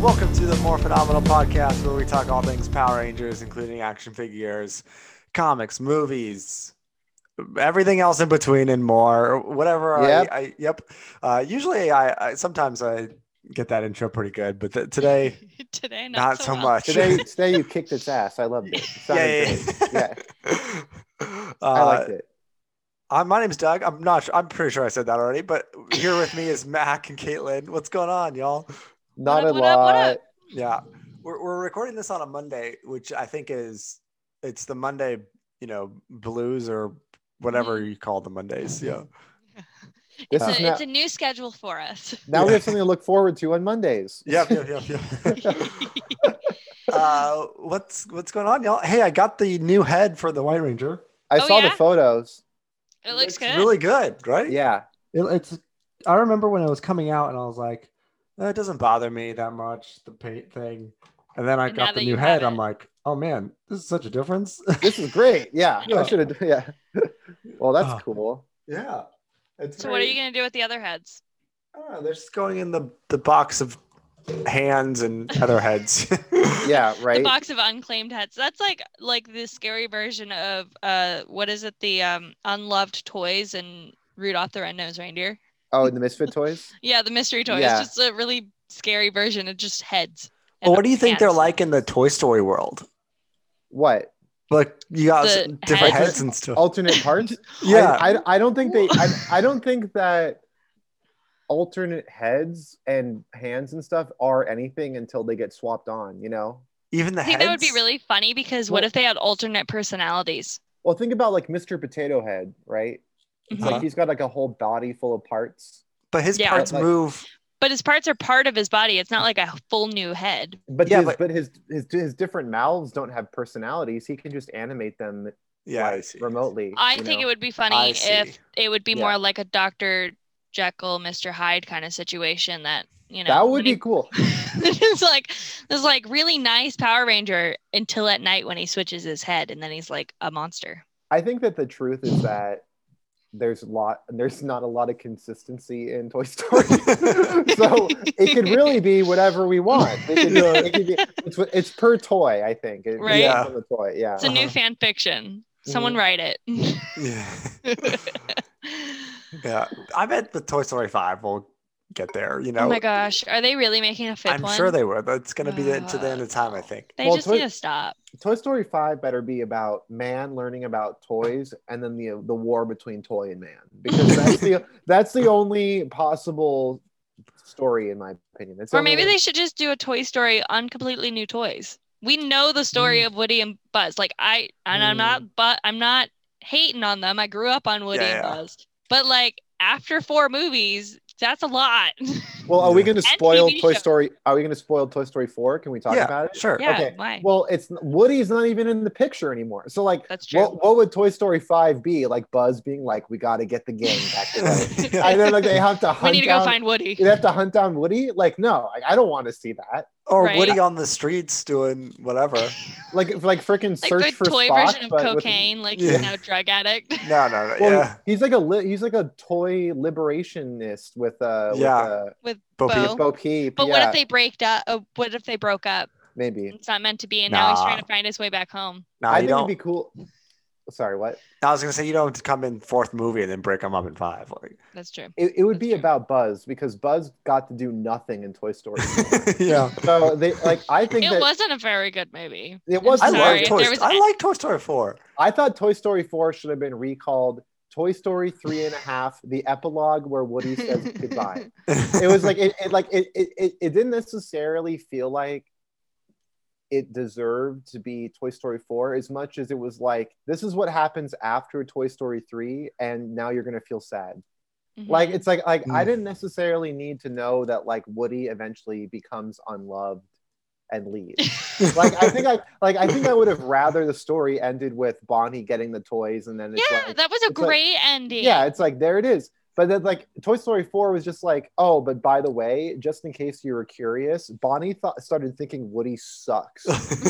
Welcome to the More Phenomenal Podcast, where we talk all things Power Rangers, including action figures, comics, movies, everything else in between, and more. Whatever. Yep. I, I, yep. Uh, usually, I, I sometimes I get that intro pretty good, but th- today, today, not, not, so well. much. Today, today you kicked its ass. I loved it. it sounded yeah, great. yeah. yeah. Uh, I liked it. I- my name's Doug. I'm not. su- I'm pretty sure I said that already. But here with me is Mac and Caitlin. What's going on, y'all? Not up, a what up, what lot. up? Yeah, we're we're recording this on a Monday, which I think is it's the Monday, you know, blues or Mm-hmm. whatever you call the Mondays. Yeah, This It's, is a, now, it's a new schedule for us. now we have something to look forward to on Mondays. yep, yep, yep, yep. uh, what's what's going on, y'all? Hey, I got the new head for the White Ranger. I Oh, saw the yeah? photos. It looks good. Really good, right? Yeah. It, it's. I remember when it was coming out, and I was like, "Eh, "It doesn't bother me that much." The paint thing, and then I And now got the that new you head. have I'm it. like, "Oh man, this is such a difference." This is great. Yeah. Yeah. I should have yeah. well, that's Oh. cool. yeah. It's so, what are very- you going to do with the other heads? Oh, they're just going in the, the box of hands and other heads. Yeah, The right. box of unclaimed heads. That's like like the scary version of uh what is it? The um unloved toys and Rudolph the Red-Nosed Reindeer. Oh, and the Misfit toys? Yeah, the mystery toys. Yeah. Just a really scary version of just heads. Well, what do you think they're hands. like in the Toy Story world? What? Like you got The s- different heads. heads and stuff. Alternate parts? yeah. Oh, I, I, I don't think they I, I don't think that alternate heads and hands and stuff are anything until they get swapped on, you know? even the I think heads. that would be really funny because what Well- if they had alternate personalities? Well, think about like Mr. Potato Head, right? It's Uh-huh. Like he's got like a whole body full of parts, But his Yeah. parts Like- move. But his parts are part of his body. It's not like a full new head. but Yeah, his, but- but, his, his his different mouths don't have personalities. He can just animate them Yeah. I like, see. remotely. I think it would be I funny if see. it would be Yeah. more like a Dr. Jekyll, Mr. Hyde kind of situation that, you know, that would when be he- cool. it's like this like really nice Power Ranger until at night when he switches his head and then he's like a monster. I think that the truth is that there's a lot there's not a lot of consistency in Toy Story. so it could really be whatever we want. It could, Yeah. it could be, it's it's per toy, I think. It- Right. Yeah. per toy, yeah. It's a new Uh-huh. Mm. fan fiction. Someone Mhm. write it. Yeah. yeah. I bet the Toy Story five will get there. You know. Oh my gosh, are they really making a fifth I'm one? sure they were. That's gonna be the, to the end of time. I Wow. think. They Well, just Toy- need to stop. Toy Story 5 better be about man learning about toys and then the the war between toy and man because that's the that's the only possible story in my opinion. It's Or maybe they should just do a Toy Story on completely new toys. We know the story of Woody and Buzz. Like I and I'm Mm. not but I'm not hating on them. I grew up on Woody Yeah, and yeah. Buzz. But like after four movies, that's a lot. Well, are we going to And spoil TV Toy show. Story are we going to spoil Toy Story 4? Can we talk yeah. about it? Sure. yeah, Okay. why? Well, it's Woody's not even in the picture anymore. So like that's true. what, what would Toy Story 5 be? Like Buzz being like we got to get the gang back together. Yeah. and then like they have to hunt we need to go down- find Woody. they have to hunt down Woody? Like no, I, I don't want to see that. Or Right. Woody on the streets doing whatever. like like freaking Like search the for toy Spock, version of but with- cocaine, like Yeah. he's now a drug addict. No, no, no. well, yeah. he's like a li- he's like a toy liberationist with uh Yeah. Bo Bo. Peep. with, uh, Bo Peep. Oh. But yeah, what if they break up? Uh, what if they broke up? maybe. It's not meant to be, and now he's Nah. trying to find his way back home. No, I you think don't. it'd be cool. Sorry, what? I was gonna say you don't have to come in fourth movie and then break them up in five. Like, That's true. It, it would That's be true. about Buzz because Buzz got to do nothing in Toy Story. yeah, so they like I think It that wasn't a very good movie. it I'm was. I I, sorry. love if Toy. there Story. was I a- like Toy Story four. I thought Toy Story four should have been recalled. Toy Story three and a half, the epilogue where Woody says goodbye. it was like it, it like it, it it it didn't necessarily feel like it deserved to be Toy Story 4 as much as it was like this is what happens after Toy Story 3 and now you're going to feel sad. Mm-hmm. Like it's like like I Mm. didn't necessarily need to know that like Woody eventually becomes unloved and leaves. like I think I like I think I would have rather the story ended with Bonnie getting the toys and then it's yeah, like that was a it's like- great ending. yeah, it's like there it is. But then like Toy Story 4 was just like, oh, but by the way, just in case you were curious, Bonnie thought started thinking Woody sucks.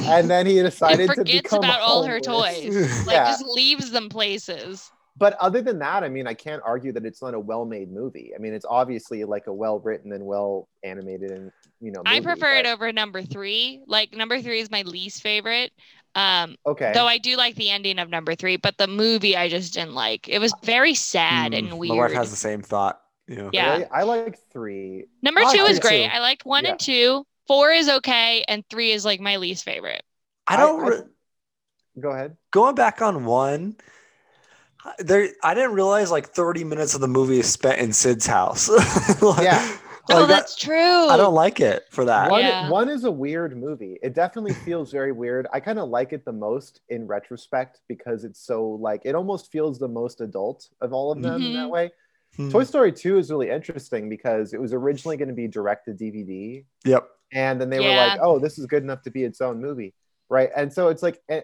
and then he She decided to forgets become about all her homeless. toys. Like Yeah. just leaves them places. but other than that, I mean, I can't argue that it's not a well-made movie. I mean, it's obviously like a well-written and well-animated and you know. I movie, prefer it but- over number three. Like number three is my least favorite. Um, Okay. though I do like the ending of number three, but the movie I just didn't like. It was very sad Mm, Hmm, and My wife weird. has the same thought. Yeah. yeah. Really? I like three. Number I two like is two. great. I liked one and two. Four is okay, and three is like my least favorite. I don't. I- re- Go ahead. going back on one. There, I didn't realize like 30 minutes of the movie is spent in Sid's house. Like- Yeah. like oh, that- that's true. I don't like it for that. One, Yeah. one is a weird movie. It definitely feels very weird. I kind of like it the most in retrospect because it's so like it almost feels the most adult of all of them in that Mhm. way. Hmm. Toy Story 2 is really interesting because it was originally going to be direct to DVD Yep. and then they were Yeah. like, "Oh, this is good enough to be its own movie." Right? And so it's like eh,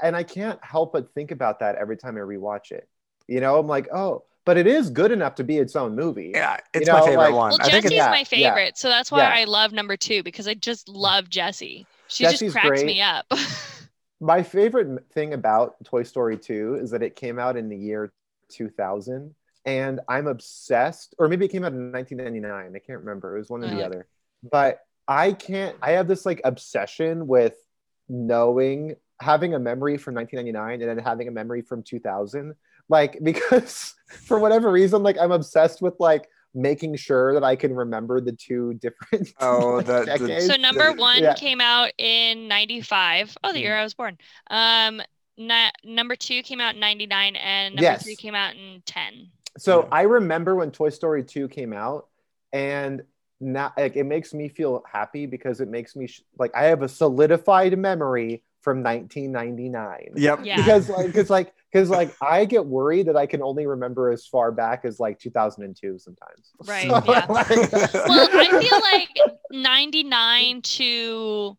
and I can't help but think about that every time I rewatch it. You know, I'm like, "Oh, but it is good enough to be its own movie." Yeah, it's You my know, favorite like- one. Well, I think Jesse's it's yeah, my yeah. favorite, so that's why Yeah. I love number two because I just love Jessie. She Jessie's just cracks great. me up. my favorite m- thing about Toy Story 2 is that it came out in the year 2000 and I'm obsessed or maybe it came out in 1999 I can't remember it was one or the Yeah. other but I can't I have this like obsession with knowing having a memory from 1999 and then having a memory from 2000 like because for whatever reason like I'm obsessed with like making sure that I can remember the two different Oh, like, the- the- decades. so number one Yeah. Mm-hmm. came out in '95. Oh, the Mm. year I was born. Um, na- number two came out in '99, and number Yes. three came out in '10. So Yeah. I remember when Toy Story 2 came out, and now like it makes me feel happy because it makes me sh- like I have a solidified memory from 1999. yep. Yeah. Because like, because like, because like, I get worried that I can only remember as far back as like 2002 sometimes. Right, So, yeah. like- Well, I feel like '99 to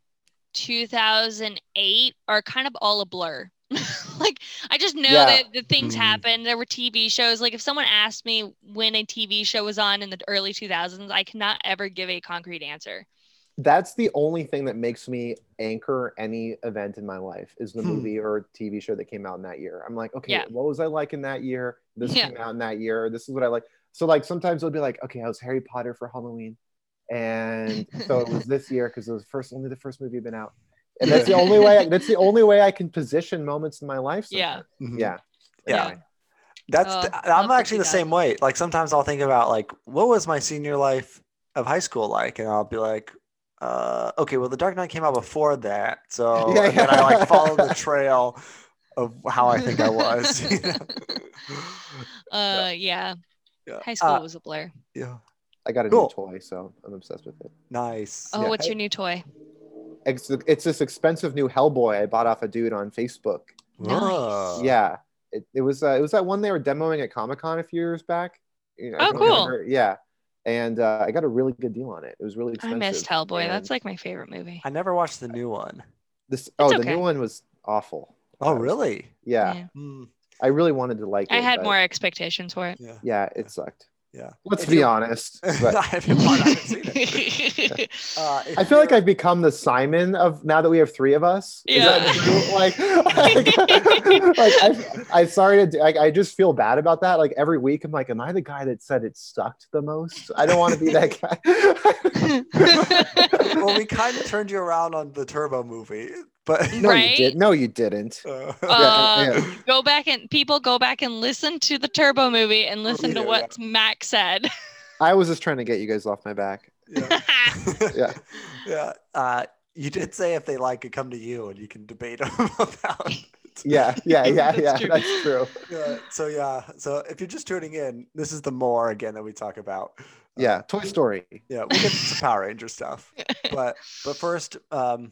2008 are kind of all a blur. like I just know Yeah. Mm-hmm. that the things Mhm. happened. There were TV shows. Like if someone asked me when a TV show was on in the early 2000s, I cannot ever give a concrete answer. that's the only thing that makes me anchor any event in my life is the Hmm. movie or TV show that came out in that year. I'm like, okay, Yeah. what was I like in that year? This Yeah. came out in that year. This is what I like. So like sometimes it'll be like, okay, I was Harry Potter for Halloween, and so it was this year because it was first only the first movie been out, and that's the only way. that's the only way I can position moments in my life. Yeah. sometimes. Mhm. yeah, Yeah. Yeah. That's Oh, th- love I'm the actually the same 2000s. way. Like sometimes I'll think about like what was my senior life of high school like, and I'll be like, uh, okay, well, The Dark Knight came out before that, so Yeah, and then I yeah. like follow the trail of how I think I was. you know? Uh, yeah. Yeah. High school Uh, was a blur. yeah. I got a Cool. new toy, so I'm obsessed with it. Nice. Oh, yeah. what's your new toy? It's, it's this expensive new Hellboy I bought off a dude on Facebook. nice. Whoa. yeah it, it was uh, it was that one they were demoing at comic-con a few years back you know, I Oh, don't cool. remember. yeah and uh, i got a really good deal on it it was really I expensive missed Hellboy. and That's like my favorite movie. I never watched the new one. this oh the okay. new one was awful Oh, really? yeah, Yeah. Hmm. i really wanted to like I it had but more expectations for it. Yeah. yeah it sucked Yeah. let's If be you- honest I but haven't I haven't seen it. Uh, if I feel like you're- I've become the Simon of now that we have three of us. Is that Yeah. true? Like, like, I, I'm sorry to, do- like, I just feel bad about that. Like every week, I'm like, am I the guy that said it sucked the most? I don't want to be that guy. well, we kind of turned you around on the Turbo movie, but no, you Right? did. No, you didn't. uh, Uh, yeah. Go back and people go back and listen to the Turbo movie and listen Yeah. to what Mac said. I was just trying to get you guys off my back. yeah, Yeah. yeah. Uh, you did say if they like it, come to you, and you can debate them about. It. Yeah, yeah, yeah, That's yeah. true. That's true. Yeah, So yeah. So if you're just tuning in, this is the more again that we talk about. Uh, Yeah, Toy Story. yeah. We get some Power Ranger stuff, but but first, um,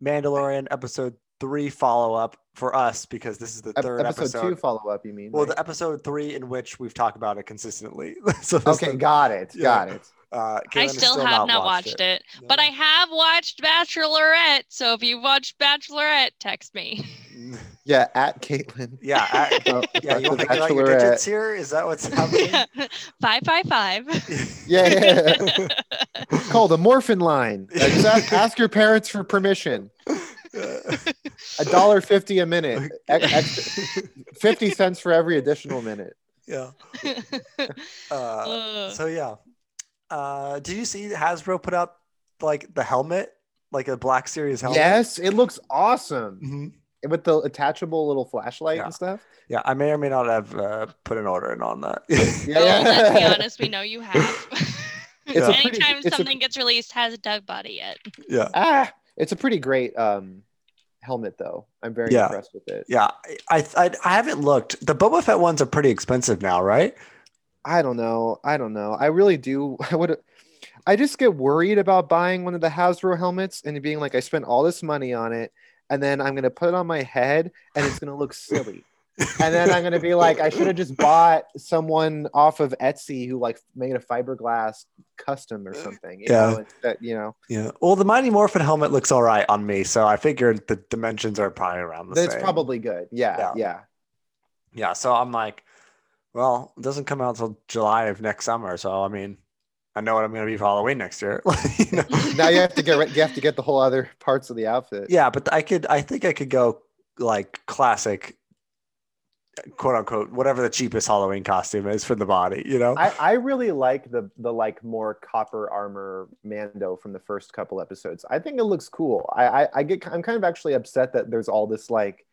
Mandalorian episode three follow up for us because this is the Ep- third episode, two follow up. You mean? Well, right? the episode three in which we've talked about it consistently. so this okay, is- got it. Yeah. Got it. uh, Caitlin I has still have not watched it, but I have watched Bachelorette. So if you watched Bachelorette, text me. No. Yeah, at Caitlin. yeah, I, Oh, yeah. You the want to get out your Bachelorette. digits here? Is that what's happening? Five five five. Yeah, yeah. Call the Morphin line. Just a- ask your parents for permission. A dollar fifty a minute, Ex- ex- fifty cents for every additional minute. yeah. Uh, so yeah. Uh, did you see Hasbro put out like the helmet, like a Black Series helmet? Yes, it looks awesome Mhm. with the attachable little flashlight Yeah. and stuff. Yeah, I may or may not have uh, put an order in on that. Oh, let's be honest, we know you have. It's a pretty- Anytime it's a- something gets released, has a Doug body yet? yeah, ah, it's a pretty great um, helmet, though. I'm very Yeah. impressed with it. yeah. I, I I haven't looked. The Boba Fett ones are pretty expensive now, right? I don't know. I don't know. I really do. I would. I just get worried about buying one of the Hasbro helmets and being like, I spent all this money on it, and then I'm gonna put it on my head, and it's gonna look silly. and then I'm gonna be like, I should have just bought someone off of Etsy who like made a fiberglass custom or something. You Yeah. Know, that you know, Yeah. Well, the Mighty Morphin helmet looks all right on me, so I figured the dimensions are probably around the that's same. probably good. Yeah. Yeah, yeah. Yeah. So I'm like, well, it doesn't come out until July of next summer. So I mean, I know what I'm going to be for Halloween next year. You know? now you have to get re- you have to get the whole other parts of the outfit. Yeah, but I could. I think I could go like classic, quote unquote, whatever the cheapest Halloween costume is for the body. You know. I, I really like the the like more copper armor Mando from the first couple episodes. I think it looks cool. I I, I get I'm kind of actually upset that there's all this like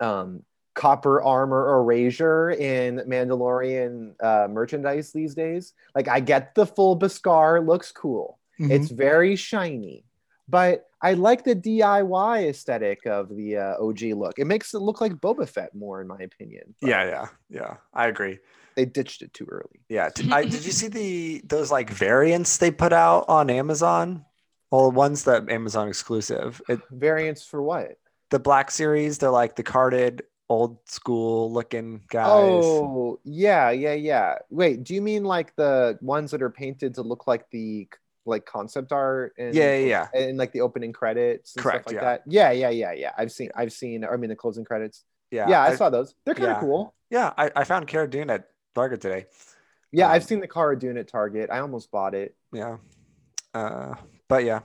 um copper armor erasure in Mandalorian uh, merchandise these days. Like I get the full Beskar looks cool. Mm-hmm. It's very shiny. But I like the DIY aesthetic of the uh, OG look. It makes it look like Boba Fett more, in my opinion. But yeah, yeah, yeah. I agree. they ditched it too early. Yeah. Did, I, did you see the those like variants they put out on Amazon? Well, the ones that Amazon exclusive. It, Variants for what? the Black Series, they're like the carded, old school looking guys. Oh, yeah, yeah, yeah. Wait, do you mean like the ones that are painted to look like the like concept art and yeah, yeah, yeah. and like the opening credits and Correct, stuff like yeah. that? Yeah, yeah, yeah, yeah. I've seen I've seen I mean the closing credits. Yeah, Yeah, I, saw those. They're kind of yeah. cool. yeah, I, I found Cara Dune at Target today. Yeah, I've Um, seen the Cara Dune at Target. I almost bought it. Yeah. Uh, but yeah,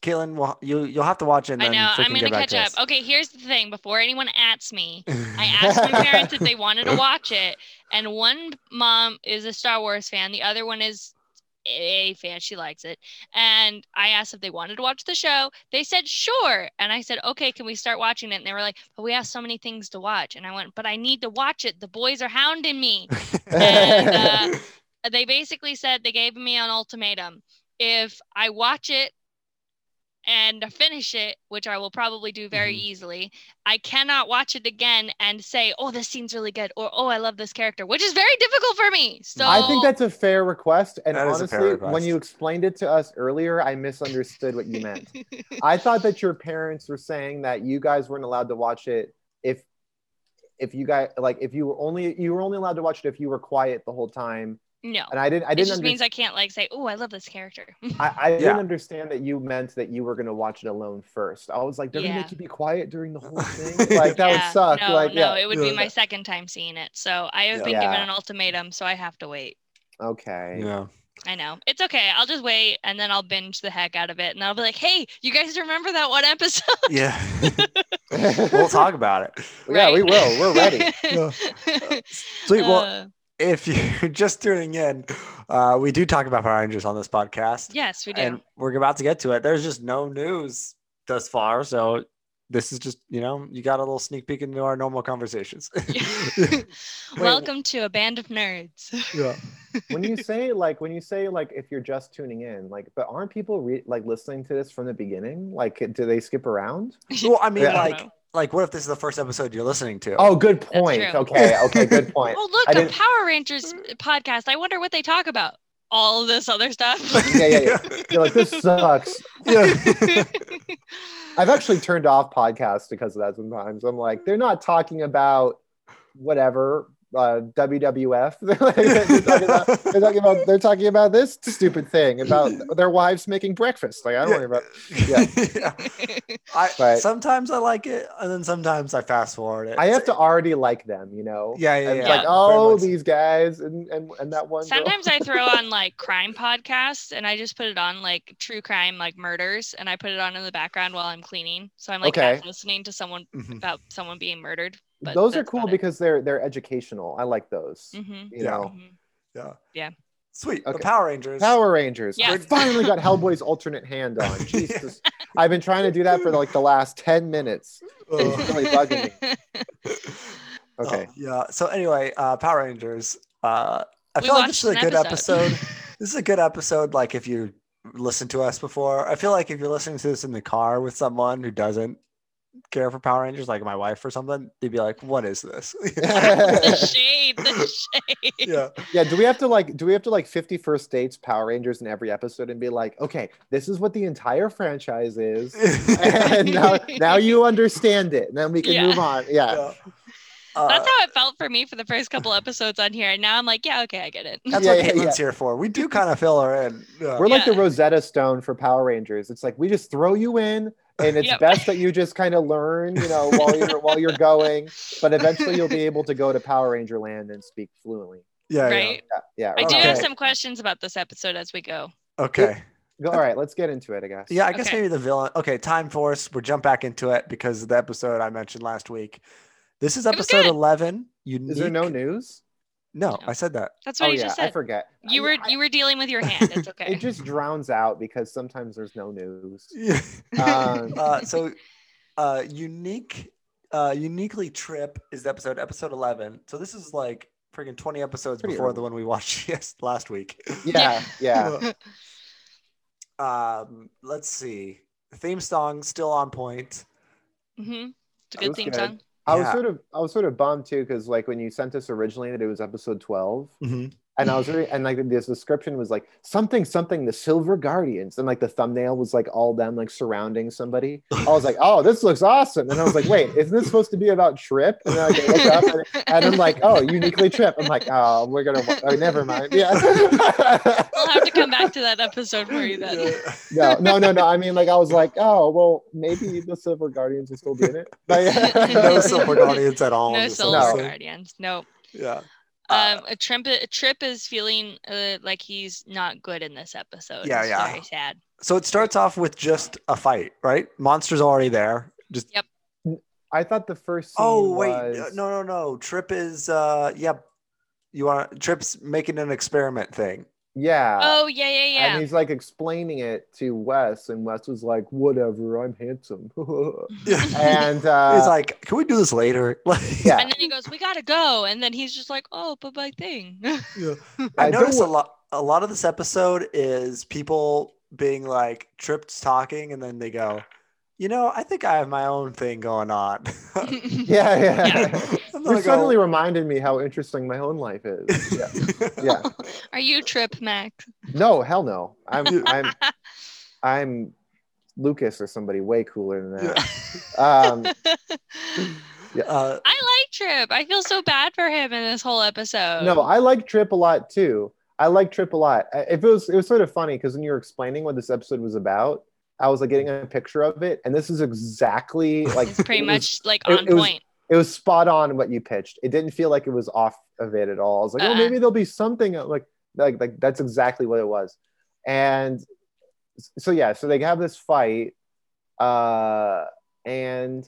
Caitlin, will you you'll have to watch it. And I then know. freaking I'm gonna get back catch to up. us. Okay, here's the thing. Before anyone asks me, I asked my parents if they wanted to watch it, and one mom is a Star Wars fan, the other one is a fan. She likes it, and I asked if they wanted to watch the show. They said sure, and I said okay. Can we start watching it? And they were like, but we have so many things to watch, and I went, but I need to watch it. The boys are hounding me. And, uh, They basically said they gave me an ultimatum: if I watch it and finish it, which I will probably do very Mhm. Mm-hmm. easily, I cannot watch it again and say, "Oh, this scene's really good," or "Oh, I love this character," which is very difficult for me. So I think that's a fair request. And That is a honestly, fair when request. you explained it to us earlier, I misunderstood what you meant. I thought that your parents were saying that you guys weren't allowed to watch it if if you guys like if you were only you were only allowed to watch it if you were quiet the whole time. no. And I didn't I It didn't just means understand I can't like say, "Oh, I love this character." I, I didn't Yeah. understand that you meant that you were gonna watch it alone first. I was like, they're gonna Yeah. make you be quiet during the whole thing. Like that Yeah, would suck. No, like no, yeah. it would be Yeah. my second time seeing it. So I have Yeah. been given Yeah. an ultimatum, so I have to wait. Okay. yeah. I know. It's okay. I'll just wait and then I'll binge the heck out of it. And I'll be like, hey, you guys remember that one episode? Yeah. we'll talk about it. Yeah, we Right. will. We're ready. Yeah. Sweet. Well, Uh, if you're just tuning in, uh, we do talk about Power Rangers on this podcast. yes, we do. And we're about to get to it. There's just no news thus far. So this is just, you know, you got a little sneak peek into our normal conversations. Welcome to a band of nerds. yeah. when you say like when you say like if you're just tuning in, like but aren't people re- like listening to this from the beginning? Like do they skip around? Well, I mean, Yeah. like, like, what if this is the first episode you're listening to? Oh, good point. true. Okay, okay, good point. oh, look, I a didn't- Power Rangers uh, podcast. I wonder what they talk about. All this other stuff. Yeah, yeah, yeah. You're like, this sucks. yeah. I've actually turned off podcasts because of that sometimes. I'm like, they're not talking about whatever. uh, WWF. they're, talking about, they're talking about they're talking about this stupid thing about their wives making breakfast. Like I don't Yeah. worry about. yeah. Yeah. I, But- sometimes I like it, and then sometimes I fast forward it. I have to already like them, you know. Yeah, yeah, And yeah. It's like Very oh much so. these guys and and, and that one. girl. Sometimes I throw on like crime podcasts and I just put it on like true crime, like murders, and I put it on in the background while I'm cleaning. So I'm like half Okay. listening to someone Mhm. about someone being murdered. but those are that's cool about it. because they're they're educational. I like those. Mhm, You Yeah. know, mhm. Sweet. The Okay. Power Rangers. Power Rangers. Yeah. I finally got Hellboy's alternate hand on. Yeah. Jesus, I've been trying to do that for like the last ten minutes. Ugh. really bugging Okay. Oh, yeah. So anyway, uh, Power Rangers. Uh, I We feel like watched this is a an good episode. episode. this is a good episode. Like if you listened to us before, I feel like if you're listening to this in the car with someone who doesn't care for Power Rangers, like my wife or something, they'd be like, "What is this?" the shade, the shade. yeah. Yeah, do we have to like do we have to like 51st dates Power Rangers in every episode and be like, okay, this is what the entire franchise is. and now, now you understand it. And then we can Yeah. move on. Yeah. Yeah. Uh, That's how it felt for me for the first couple episodes on here. And now I'm like, yeah, okay, I get it. that's Yeah, what yeah, Caitlin's here for. We do kind of fill her in. Yeah. Uh, We're like the Yeah. Rosetta Stone for Power Rangers. It's like we just throw you in and it's Yep. best that you just kind of learn, you know, while you're while you're going, but eventually you'll be able to go to Power Ranger land and speak fluently. yeah, yeah. right? Yeah. I do have Okay. some questions about this episode as we go. Okay. All right, let's get into it, I guess. Yeah, I guess Okay. maybe the villain. Okay, Time Force. We'll jump back into it because of the episode I mentioned last week. This is was episode good. eleven. Unique. Is there no news? No, No. I said that. That's what oh you yeah, just I said. forget. You were you were dealing with your hand. It's okay. it just drowns out because sometimes there's no news. Yeah. Um, uh, so, uh, unique, uh, uniquely trip is the episode episode eleven. So this is like freaking twenty episodes Pretty before early. the one we watched yes last week. yeah, yeah. um, let's see. The theme song still on point. hmm It's a That good was theme good. song. I was Yeah. sort of I was sort of bummed too because like when you sent us originally that it was episode twelve, Mhm. and I was reading and like this description was like something something the Silver Guardians, and like the thumbnail was like all them like surrounding somebody. I was like, oh, this looks awesome, and I was like, wait, isn't this supposed to be about Trip? And then like, I look up and, and I'm like, oh, uniquely Trip. I'm like, oh, we're gonna oh, never mind. Yeah. I'll have to come back to that episode for you then. Yeah. No, no, no, no. I mean, like, I was like, oh, well, maybe the Silver Guardians will still be in it. But, no silver guardians at all. No Just Soul No. Guardians. No. Yeah. Uh, Um, a Trip a Trip is feeling uh, like he's not good in this episode. Yeah, It's yeah. Very sad. So it starts off with just a fight, right? Monster's already there. Just I thought the first. Scene oh wait, was- no, no, no. Trip is uh, yep. You are Trip's making an experiment thing. Yeah. oh yeah, yeah, yeah. And he's like explaining it to Wes, and Wes was like, whatever, I'm handsome. and He's uh, like, can we do this later? Like, Yeah. and then he goes, "We gotta go," and then he's just like, "Oh, but my thing." I I do noticed a wa- lot. A lot of this episode is people being like, Trip's talking, and then they go, you know, I think I have my own thing going on. yeah, yeah. Yeah. I'm oh. You gonna go- suddenly reminded me how interesting my own life is. Yeah. yeah. Are you Trip Max? No, hell no. I'm, I'm, I'm Lucas or somebody way cooler than that. Um, uh, I like Trip. I feel so bad for him in this whole episode. Um, No, I like Trip a lot too. I like Trip a lot. I- If it was, it was sort of funny because when you were explaining what this episode was about, I was like getting a picture of it, and this is exactly like it's pretty it was- much like it- on it was- point. It was spot on what you pitched. It didn't feel like it was off of it at all. I was like, oh, Uh-uh. maybe there'll be something uh, like like like that's exactly what it was. And s- so yeah, so they have this fight, uh, and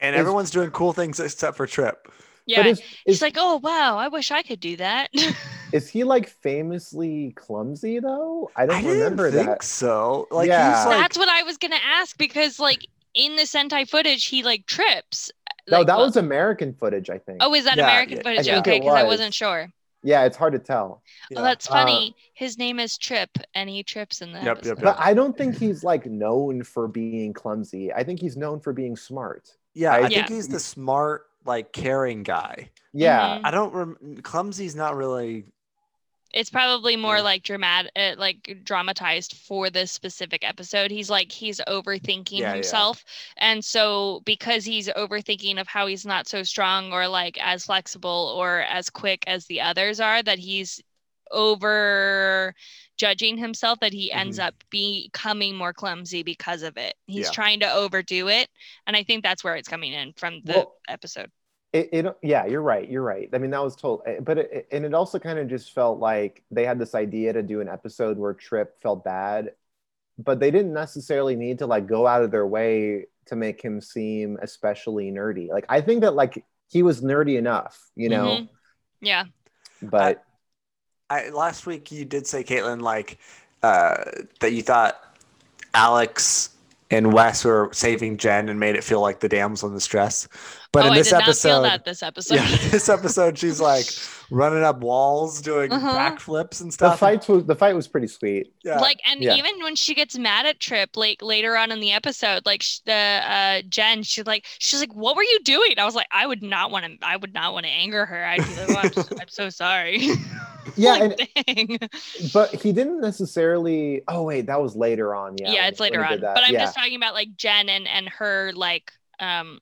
and Is- everyone's doing cool things except for Trip. Yeah. but is, He's is, like, oh wow, I wish I could do that. is he like famously clumsy though? I don't I didn't remember think that. so. Like he's Yeah. like That's what I was gonna ask because like in the Sentai footage, he like trips. No, Like, that well- was American footage, I think. Oh, is that Yeah, American yeah, I footage? think okay, it because was. I uh, wasn't sure. Yeah, it's hard to tell. yeah. Well, that's funny. His name is Trip, and he trips in the Yep, yep, episode. yep. But I don't think he's like known for being clumsy. I think he's known for being smart. Yeah, I I- think Yeah. he's the smart, like caring guy. Yeah. Mhm. I don't rem- clumsy's not really It's probably more Yeah. like dramatic, uh, like dramatized for this specific episode. He's like he's overthinking Yeah, yeah. himself, and so because he's overthinking of how he's not so strong or like as flexible or as quick as the others are, that he's over judging himself that he ends up becoming more clumsy because of it. He's Mm-hmm. Yeah. trying to overdo it, and I think that's where it's coming in from the Well, episode. it, it yeah you're right you're right i mean that was told eh, but it, and it also kind of just felt like they had this idea to do an episode where trip felt bad but they didn't necessarily need to like go out of their way to make him seem especially nerdy like i think that like he was nerdy enough you know Mm-hmm. Yeah. but I, last week you did say Caitlin like uh, that you thought Alex and Wes were saving Jen and made it feel like the damsel in distress. But oh, in this I did episode, not feel that this episode. yeah, this episode she's like running up walls, doing Uh-huh. backflips and the stuff. fight was the fight was pretty sweet yeah. Like and Yeah. even when she gets mad at Trip, like later on in the episode, like sh- the uh, Jen, she's like, she's like, "What were you doing?" I was like, "I would not want to. I would not want to anger her. I'd be like, oh, I'm, s- I'm so sorry." yeah and, like, dang. but he didn't necessarily oh wait that was later on yeah yeah, when- it's later when he on. did that. But I'm yeah. just talking about like Jen and and her like um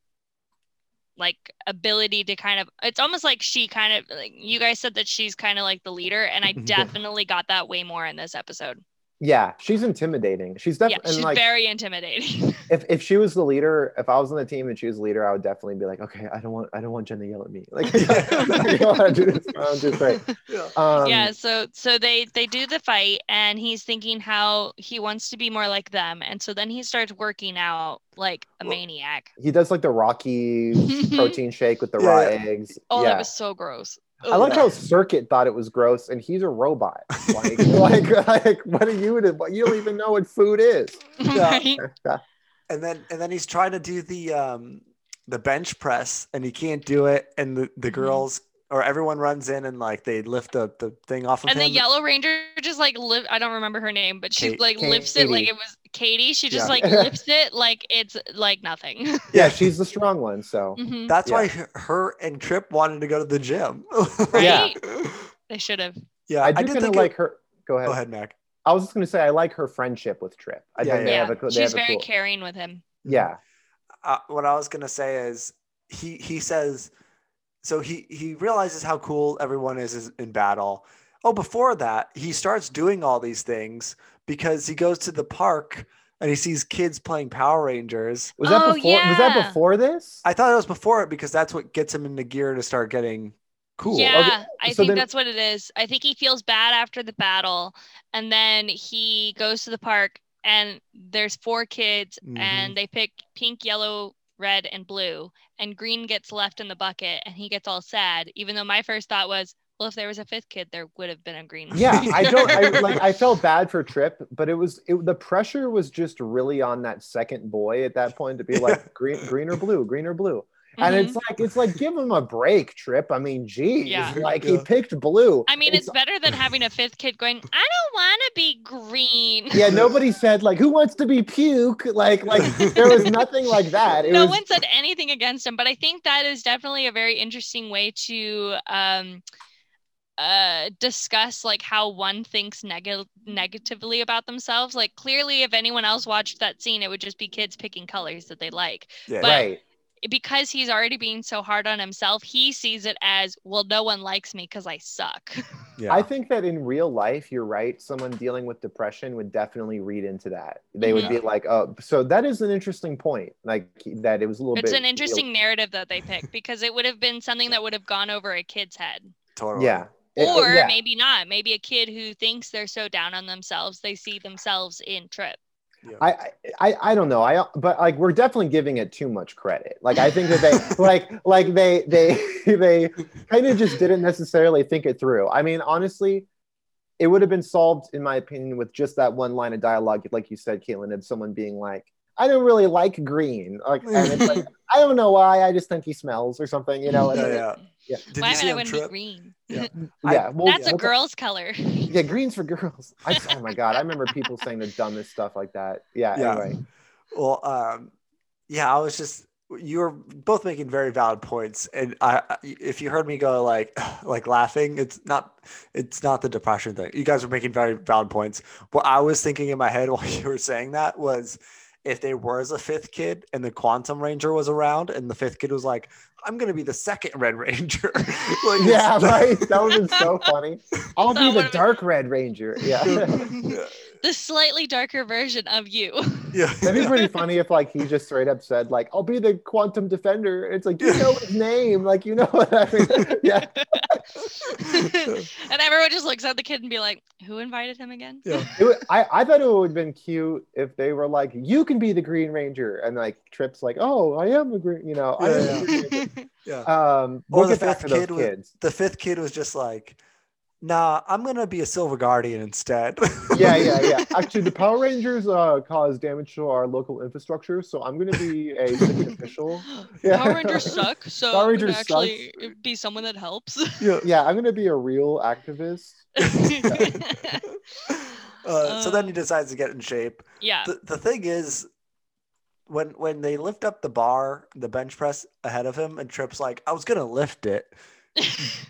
like ability to kind of it's almost like she kind of like you guys said that she's kind of like the leader and I Yeah. definitely got that way more in this episode. yeah she's intimidating she's yeah, definitely she's like very intimidating. if if she was the leader, if I was on the team and she was the leader, I would definitely be like, okay, I don't want I don't want Jen to yell at me. Like I don't want to do this. I don't do this right. Yeah. Um, yeah, so so they they do the fight and he's thinking how he wants to be more like them and so then he starts working out like a Well- maniac. He does like the Rocky protein shake with the raw Yeah. eggs. Oh, yeah. that was so gross. I like how Circuit thought it was gross, and he's a robot. Like, like, like, what are you? To, you don't even know what food is. Right? and then and then he's trying to do the um the bench press and he can't do it and the, the Mhm. girls or everyone runs in and like they lift the, the thing off of And the him. yellow ranger just like lift I don't remember her name, but she Kate- like lifts it like Katie. it was Katie. She just Yeah. like lifts it like it's like nothing. Yeah, she's the strong one. So Mhm. That's Yeah. why her- her and Trip wanted to go to the gym. Right? Yeah. They should have. Yeah, I I, do did kind of think like like. her. Go ahead. go ahead, Mac. I was just gonna say I like her friendship with Trip. I Yeah, think they yeah. have a. co- They She's have a very cool, caring with him. Yeah. Uh, what I was gonna say is he he says so he he realizes how cool everyone is, is in battle. Oh, before that, he starts doing all these things because he goes to the park and he sees kids playing Power Rangers. Was that Oh, before? Was that yeah. before this? I thought it was before it because that's what gets him into gear to start getting cool. Yeah, I so think then- that's what it is. I think he feels bad after the battle, and then he goes to the park, and there's four kids, Mm-hmm. Mhm. and they pick pink, yellow, red, and blue, and green gets left in the bucket, and he gets all sad. Even though my first thought was, well, if there was a fifth kid, there would have been a green. one. yeah, I don't. I, like, I felt bad for Trip, but it was it, the pressure was just really on that second boy at that point to be like green, green or blue, green or blue, and Mhm. it's like it's like give him a break, Trip. I mean, geez, Yeah. like he Yeah. picked blue. I mean, it's better than having a fifth kid going, I don't want to be green. yeah. Nobody said like who wants to be puke. Like like there was nothing like that. It no was one said anything against him, but I think that is definitely a very interesting way to um, uh, discuss like how one thinks neg- negatively about themselves. Like clearly, if anyone else watched that scene, it would just be kids picking colors that they like. Yeah. but- right. Because he's already being so hard on himself, he sees it as well. No one likes me because I suck. yeah. I think that in real life, you're right. Someone dealing with depression would definitely read into that. They Mm-hmm. would be like, "Oh, so that is an interesting point." Like that, it was a little It's bit. an interesting narrative that they picked because it would have been something that would have gone over a kid's head. totally. Yeah. It- or yeah. maybe not. Maybe a kid who thinks they're so down on themselves, they see themselves in Trip. I, I- I I don't know. I but like we're definitely giving it too much credit. Like I think that they like like they they they kind of just didn't necessarily think it through. I mean, honestly, it would have been solved, in my opinion, with just that one line of dialogue, like you said, Caitlin, of someone being like, "I don't really like green," like, and it's like, I don't know why. I just think he smells or something, you know. and- Yeah, yeah. Yeah. Did Why you would see I him wouldn't be trip? green? Yeah. I- yeah, well, That's yeah, a girl's color. Yeah, greens for girls. I just, oh my god, I remember people saying the dumbest stuff like that. Yeah, Yeah. anyway, Well, um, yeah, I was just you're both making very valid points and i I- if you heard me go like like laughing it's not it's not the depression thing you guys were making very valid points what i was thinking in my head while you were saying that was if there was a fifth kid and the quantum ranger was around and the fifth kid was like i'm going to be the second red ranger like, yeah, right. That would have been so funny. I'll That be the would've been- Dark Red Ranger. Yeah. the slightly darker version of you. yeah That'd be pretty funny if like he just straight up said like I'll be the quantum defender. It's like you know his name, like you know what I mean. Yeah, and everyone just looks at the kid and be like, "Who invited him again?" Yeah. it would, I I thought it would have been cute if they were like you can be the Green Ranger and like Trip's like oh I am the Green you know I am the Green Ranger. Um, Or we'll the get back to fifth those kid with- kids. the fifth kid was just like nah i'm going to be a silver guardian instead yeah, yeah, yeah. Actually, the Power Rangers uh, cause damage to our local infrastructure, so I'm gonna be a city official. Yeah. Power Rangers suck, so Power Power Rangers Rangers actually it'd be someone that helps. yeah Yeah, I'm gonna be a real activist. Uh, so then he Uh, decides to get in shape. yeah, The, the thing is, when when they lift up the bar, the bench press ahead of him, and Trip's like, "I was gonna lift it."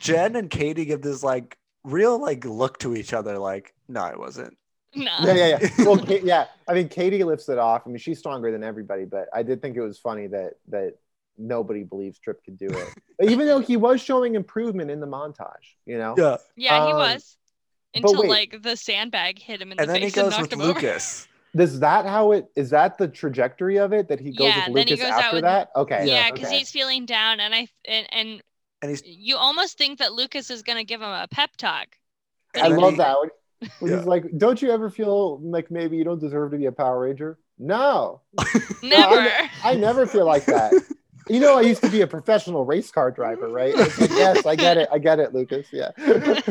Jen and Katie give this like real like look to each other, like, "No, I wasn't." nah. Yeah, yeah, yeah. Well, Ka- yeah. I mean, Katie lifts it off. I mean, she's stronger than everybody, but I did think it was funny that that nobody believes Trip could do it, even though he was showing improvement in the montage. You know. Yeah, Yeah, he Um, was. but Until wait. like the sandbag hit him in the and then he face goes and with knocked him Lucas. Is that how it? Is that the trajectory of it that he goes Yeah, with then he Lucas goes out after with- that? over. Okay. Yeah, because okay. he's feeling down, and I and, and And he's you almost think that Lucas is gonna give him a pep talk. and I then love he- that. When, when Yeah. he's like, "Don't you ever feel like maybe you don't deserve to be a Power Ranger?" No, Never. I never feel like that. You know, I used to be a professional race car driver, right? It's like, yes, I get it. I get it, Lucas. Yeah.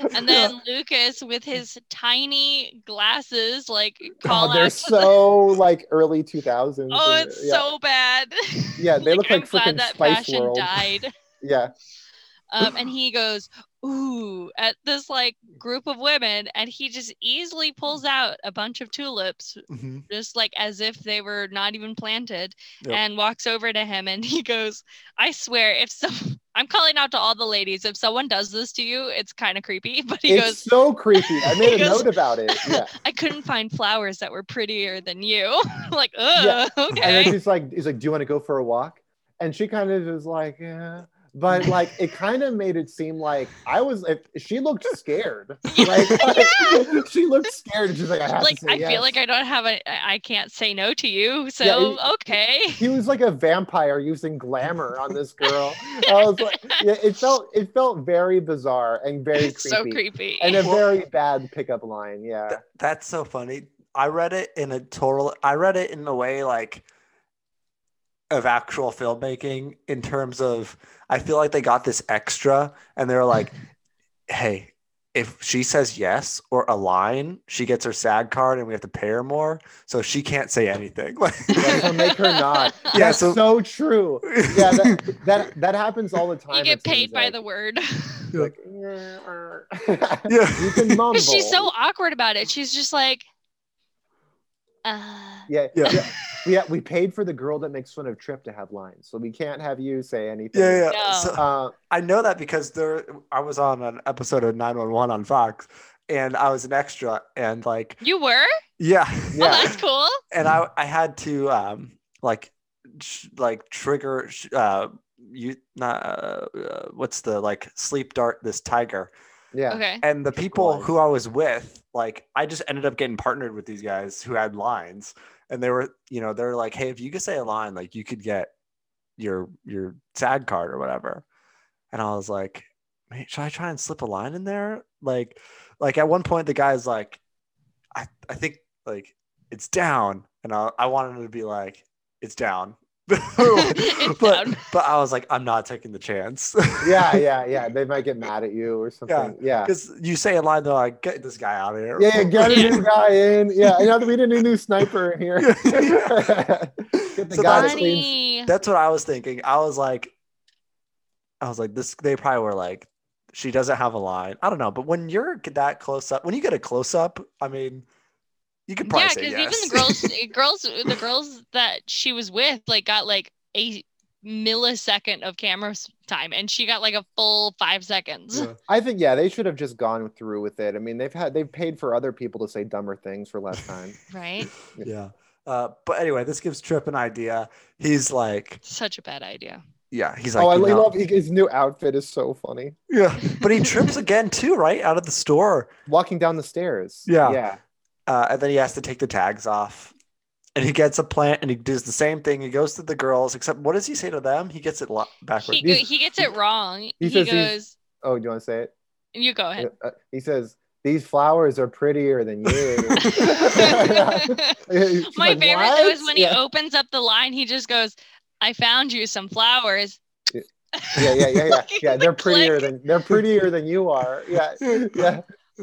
and then Lucas with his tiny glasses, like call God, out. Oh, they're to so like early 2000s. the- oh, and- it's yeah. so bad. Yeah, they look like I'm glad frickin' that Spice fashion World. died. yeah. Um, and he goes, ooh, at this like group of women, and he just easily pulls out a bunch of tulips, Mhm. just like as if they were not even planted, Yep. and walks over to him and he goes, I swear, if some I'm calling out to all the ladies, if someone does this to you, it's kind of creepy. But he it's goes, so creepy. I He made a goes- note about it. Yeah. I couldn't find flowers that were prettier than you. like, Yeah. oh, And okay. then she's like, he's like, "Do you want to go for a walk?" And she kind of is like, "Yeah," but like it kind of made it seem like I was. If, she looked scared. Like, she looked scared. And she's like, "I have like to say I feel yes." like I don't have a I I can't say no to you. So it- okay. He was like a vampire using glamour on this girl. I was like, yeah, it felt it felt very bizarre and very creepy, It's so creepy. and a very bad pickup line. Yeah, Th- that's so funny. I read it in a total. I read it in a way like of actual filmmaking in terms of. I feel like they got this extra, and they were like, "Hey, if she says yes or a line, she gets her SAG card, and we have to pay her more, so she can't say anything." Like, yeah so make her nod. Yeah, That's so- so, true. Yeah, that, that that happens all the time. you it get seems paid by like. the word. like, yeah, you can mumble. But she's so awkward about it. She's just like, uh, yeah, Yeah. yeah. We, we paid for the girl that makes fun of Trip to have lines, so we can't have you say anything. yeah, yeah. No. So- Uh, I know that because there I was on an episode of 911 on Fox and I was an extra and like you were? yeah. Yeah. Oh, that's cool. and I I had to um like tr- like trigger sh- uh you not uh, uh, what's the like sleep dart this tiger yeah. Okay. and the people lines. who I was with like I just ended up getting partnered with these guys who had lines and they were you know they're like hey if you could say a line like you could get your your SAG card or whatever and I was like Man, should I try and slip a line in there like like at one point the guy's like I I think like it's down and I I wanted him to be like it's down It's but down. but I was like I'm not taking the chance Yeah, yeah, yeah. They might get mad at you or something. Yeah. Yeah. Because you say a line, they're like, get this guy out of here. Yeah, get a new guy in. Yeah, you know, we need a new sniper in here. Get the So that's- guy that cleans. Funny. That's what I was thinking. I was like, I was like, this, they probably were like, she doesn't have a line. I don't know. But when you're that close up, when you get a close up, I mean, You could yeah, probably say because yes. even the girls, eh, girls, the girls that she was with, like got like a millisecond of camera s- time, and she got like a full five seconds. Yeah. I think yeah, they should have just gone through with it. I mean, they've had they've paid for other people to say dumber things for less time. Right? yeah. Uh, but anyway, this gives Trip an idea. He's like, Such a bad idea. yeah, he's like, oh, I you know- love his new outfit is so funny. yeah. But he trips again too, right? Out of the store. Walking down the stairs. Yeah. yeah. uh, and then he has to take the tags off. And he gets a plant, and he does the same thing. He goes to the girls, except what does he say to them? He gets it lo- backward. He, go, he gets it wrong. He, says he's- goes, Oh, do you want to say it? "You go ahead." Uh, he says these flowers are prettier than you. She's My like, favorite "What?" though is when he yeah. opens up the line. He just goes, "I found you some flowers." Yeah. yeah, yeah, yeah, yeah, yeah. They're Click. prettier than they're prettier than you are. Yeah, yeah.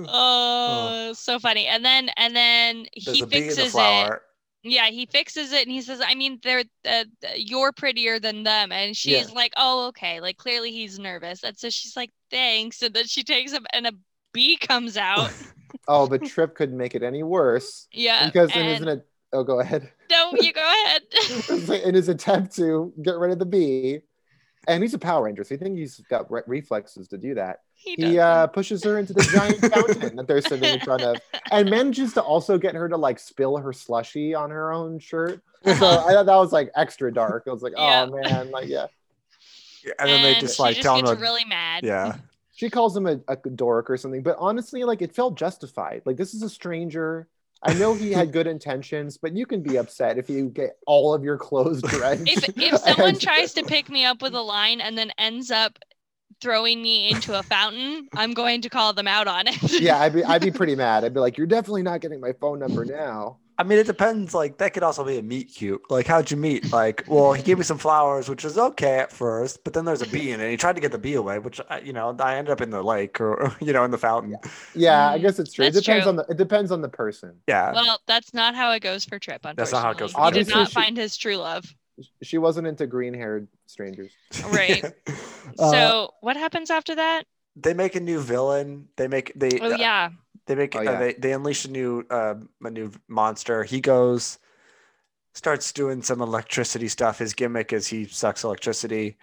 Oh, so funny. And then and then There's he a bee in fixes the it. flower. Yeah, he fixes it and he says, "I mean, they're uh, you're prettier than them." And she's like, "Oh, okay." Like clearly he's nervous. And so she's like, "Thanks." And then she takes him and a bee comes out. Oh, but Trip couldn't make it any worse Yeah. because in his and, an, oh, go ahead. no, you go ahead. in his attempt to get rid of the bee, and he's a Power Ranger, so you think he's got re- reflexes to do that. he does. He uh, pushes her into the giant fountain that they're sitting in front of, and manages to also get her to like spill her slushy on her own shirt. So I thought that was like extra dark. I was like, Yeah. oh man, like yeah. And then they just she like just tell him, gets to- really mad. yeah, she calls him a, a dork or something but honestly like it felt justified like this is a stranger i know he had good intentions but you can be upset if you get all of your clothes drenched if if someone And- tries to pick me up with a line and then ends up throwing me into a fountain, I'm going to call them out on it. yeah I'd be, I'd be pretty mad i'd be like you're definitely not getting my phone number now I mean, it depends. Like that could also be a meet cute. Like how'd you meet? Like, well, he gave me some flowers, which was okay at first, but then there's a bee in it. He tried to get the bee away, which I, you know I ended up in the lake or you know in the fountain. yeah i Mm, guess it's true it that's depends true. on the it depends on the person Yeah, Well, that's not how it goes for Trip. Unfortunately, That's not how it goes for He did Trip. not Obviously, she- find his true love. she wasn't into green haired strangers Right. Uh, so what happens after that? they make a new villain. They make they Oh yeah, They make Oh, uh, yeah. they they unleash a new uh, a new monster. He goes, starts doing some electricity stuff. His gimmick is he sucks electricity.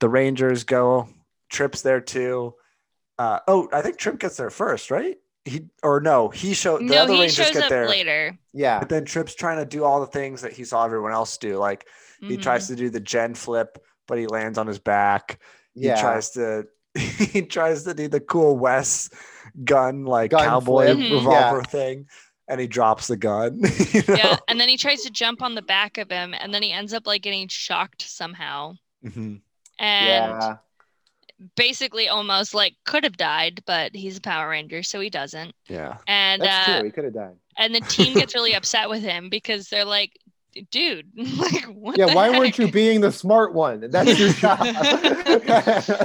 The Rangers go. Trip's there too. Uh, oh, I think Trip gets there first, right? He or no, he show the no, other he Rangers shows get up there. later. yeah But then Trip's trying to do all the things that he saw everyone else do. Like he Mhm. tries to do the gen flip, but he lands on his back. yeah He tries to he tries to do the cool Wes gun like Gun cowboy flip. Mhm. revolver thing, and he drops the gun. you know? Yeah, and then he tries to jump on the back of him, and then he ends up like getting shocked somehow, Mm-hmm. Mhm. and yeah basically almost like could have died, but he's a Power Ranger, so he doesn't. yeah. And that's uh, true he could have died and the team gets really upset with him because they're like, dude, like what yeah the why heck? weren't you being the smart one that's your job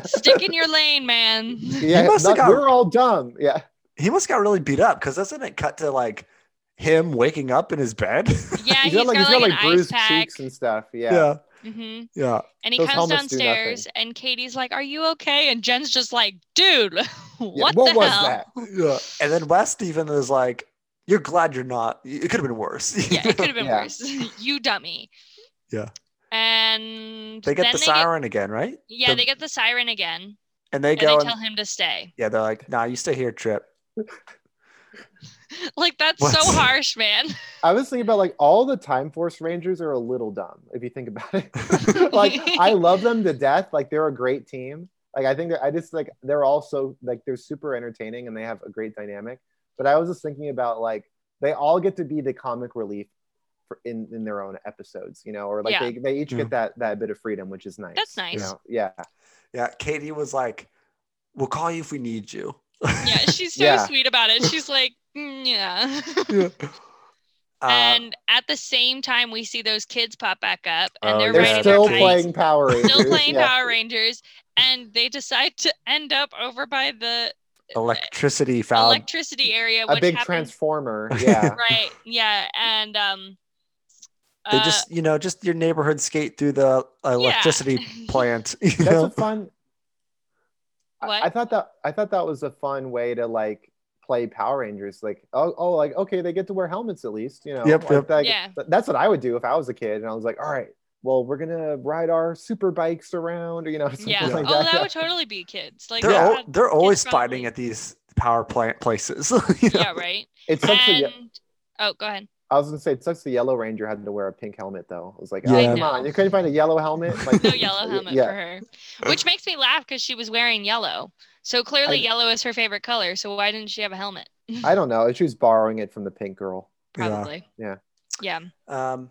stick in your lane, man? Yeah, must not- have got- we're all dumb. Yeah, He must got really beat up because doesn't it cut to like him waking up in his bed? Yeah, he's got like, an ice bruised pack. cheeks and stuff. Yeah, yeah. hmm yeah. And he Those comes helmets do nothing. downstairs, and Katie's like, "Are you okay?" And Jen's just like, "Dude, Yeah, what, the was hell?" that? Yeah. And then West even is like, You're glad you're not. It could have been worse. you Yeah, know? it could have been Yeah. worse. you dummy. Yeah. And they get then the siren again, right? yeah, the- they get the siren again, And they and go they and tell him to stay. yeah, they're like, nah, you stay here, Trip. Like that's What? so harsh, man. I was thinking about like all the Time Force Rangers are a little dumb if you think about it. like I love them to death. Like they're a great team. Like I think they're, I just like they're all so like they're super entertaining and they have a great dynamic. But I was just thinking about like they all get to be the comic relief for in in their own episodes, you know, or like Yeah. they, they each Yeah. get that that bit of freedom, which is nice. That's You nice. know? Yeah. Yeah, Katie was like, "We'll call you if we need you." Yeah, she's so Yeah. sweet about it. She's like, "Mm, yeah. Uh, and at the same time, we see those kids pop back up, and Oh, they're, yeah. They're riding still their bikes, playing Power Rangers. still playing yeah. Power Rangers, and they decide to end up over by the electricity found. electricity area, a which big happens transformer. Yeah. right, yeah, and um, they uh, just, you know, just your neighborhood skate through the electricity plant. You That's a know? fun. I- What? I, thought that I thought that was a fun way to like play Power Rangers. Like, oh, oh, like okay, they get to wear helmets at least, you know. Yep, Like, yep. that- Yeah. That's what I would do if I was a kid, and I was like, all right, well, we're gonna ride our super bikes around, or you know, something yeah. like oh, that that. would totally be kids. Like they're that- al- they're always probably- fighting at these power plant places. you know? yeah, right. It sucks. that ye- And oh, go ahead. I was gonna say it sucks. The Yellow Ranger had to wear a pink helmet, though. I was like, Yeah. oh, I come know. on, you couldn't find a yellow helmet. Like, No yellow helmet Yeah. for her, which makes me laugh because she was wearing yellow. So clearly, I- yellow is her favorite color. So why didn't she have a helmet? I don't know. She was borrowing it from the pink girl. Yeah. Probably. Yeah. Yeah. Um,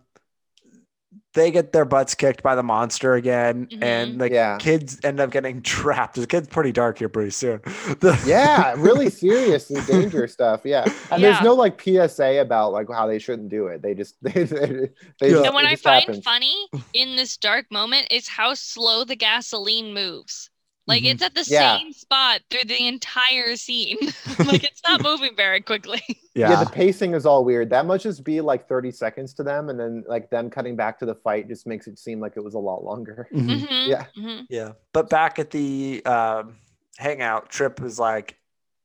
they get their butts kicked by the monster again, Mm-hmm. and the Yeah. kids end up getting trapped. The kid's pretty dark here pretty soon. The- Yeah, really serious and dangerous stuff. Yeah, and Yeah. there's no like PSA about like how they shouldn't do it. They just they they, they Yeah. just, And what it I just find happens. funny in this dark moment is how slow the gasoline moves. Like Mhm. it's at the Mm-hmm. Yeah. same spot through the entire scene. like it's not moving very quickly. Yeah. yeah. the pacing is all weird. That must just be like 30 seconds to them, and then like them cutting back to the fight just makes it seem like it was a lot longer. Mhm. Mhm, Yeah. mhm. Yeah, but back at the um, hangout, Trip is like,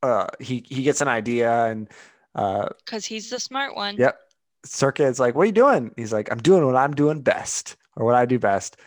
uh, he he gets an idea, and uh, Cause he's the smart one. Yep. Circa is like, "What are you doing?" He's like, "I'm doing what I'm doing best, or what I do best,"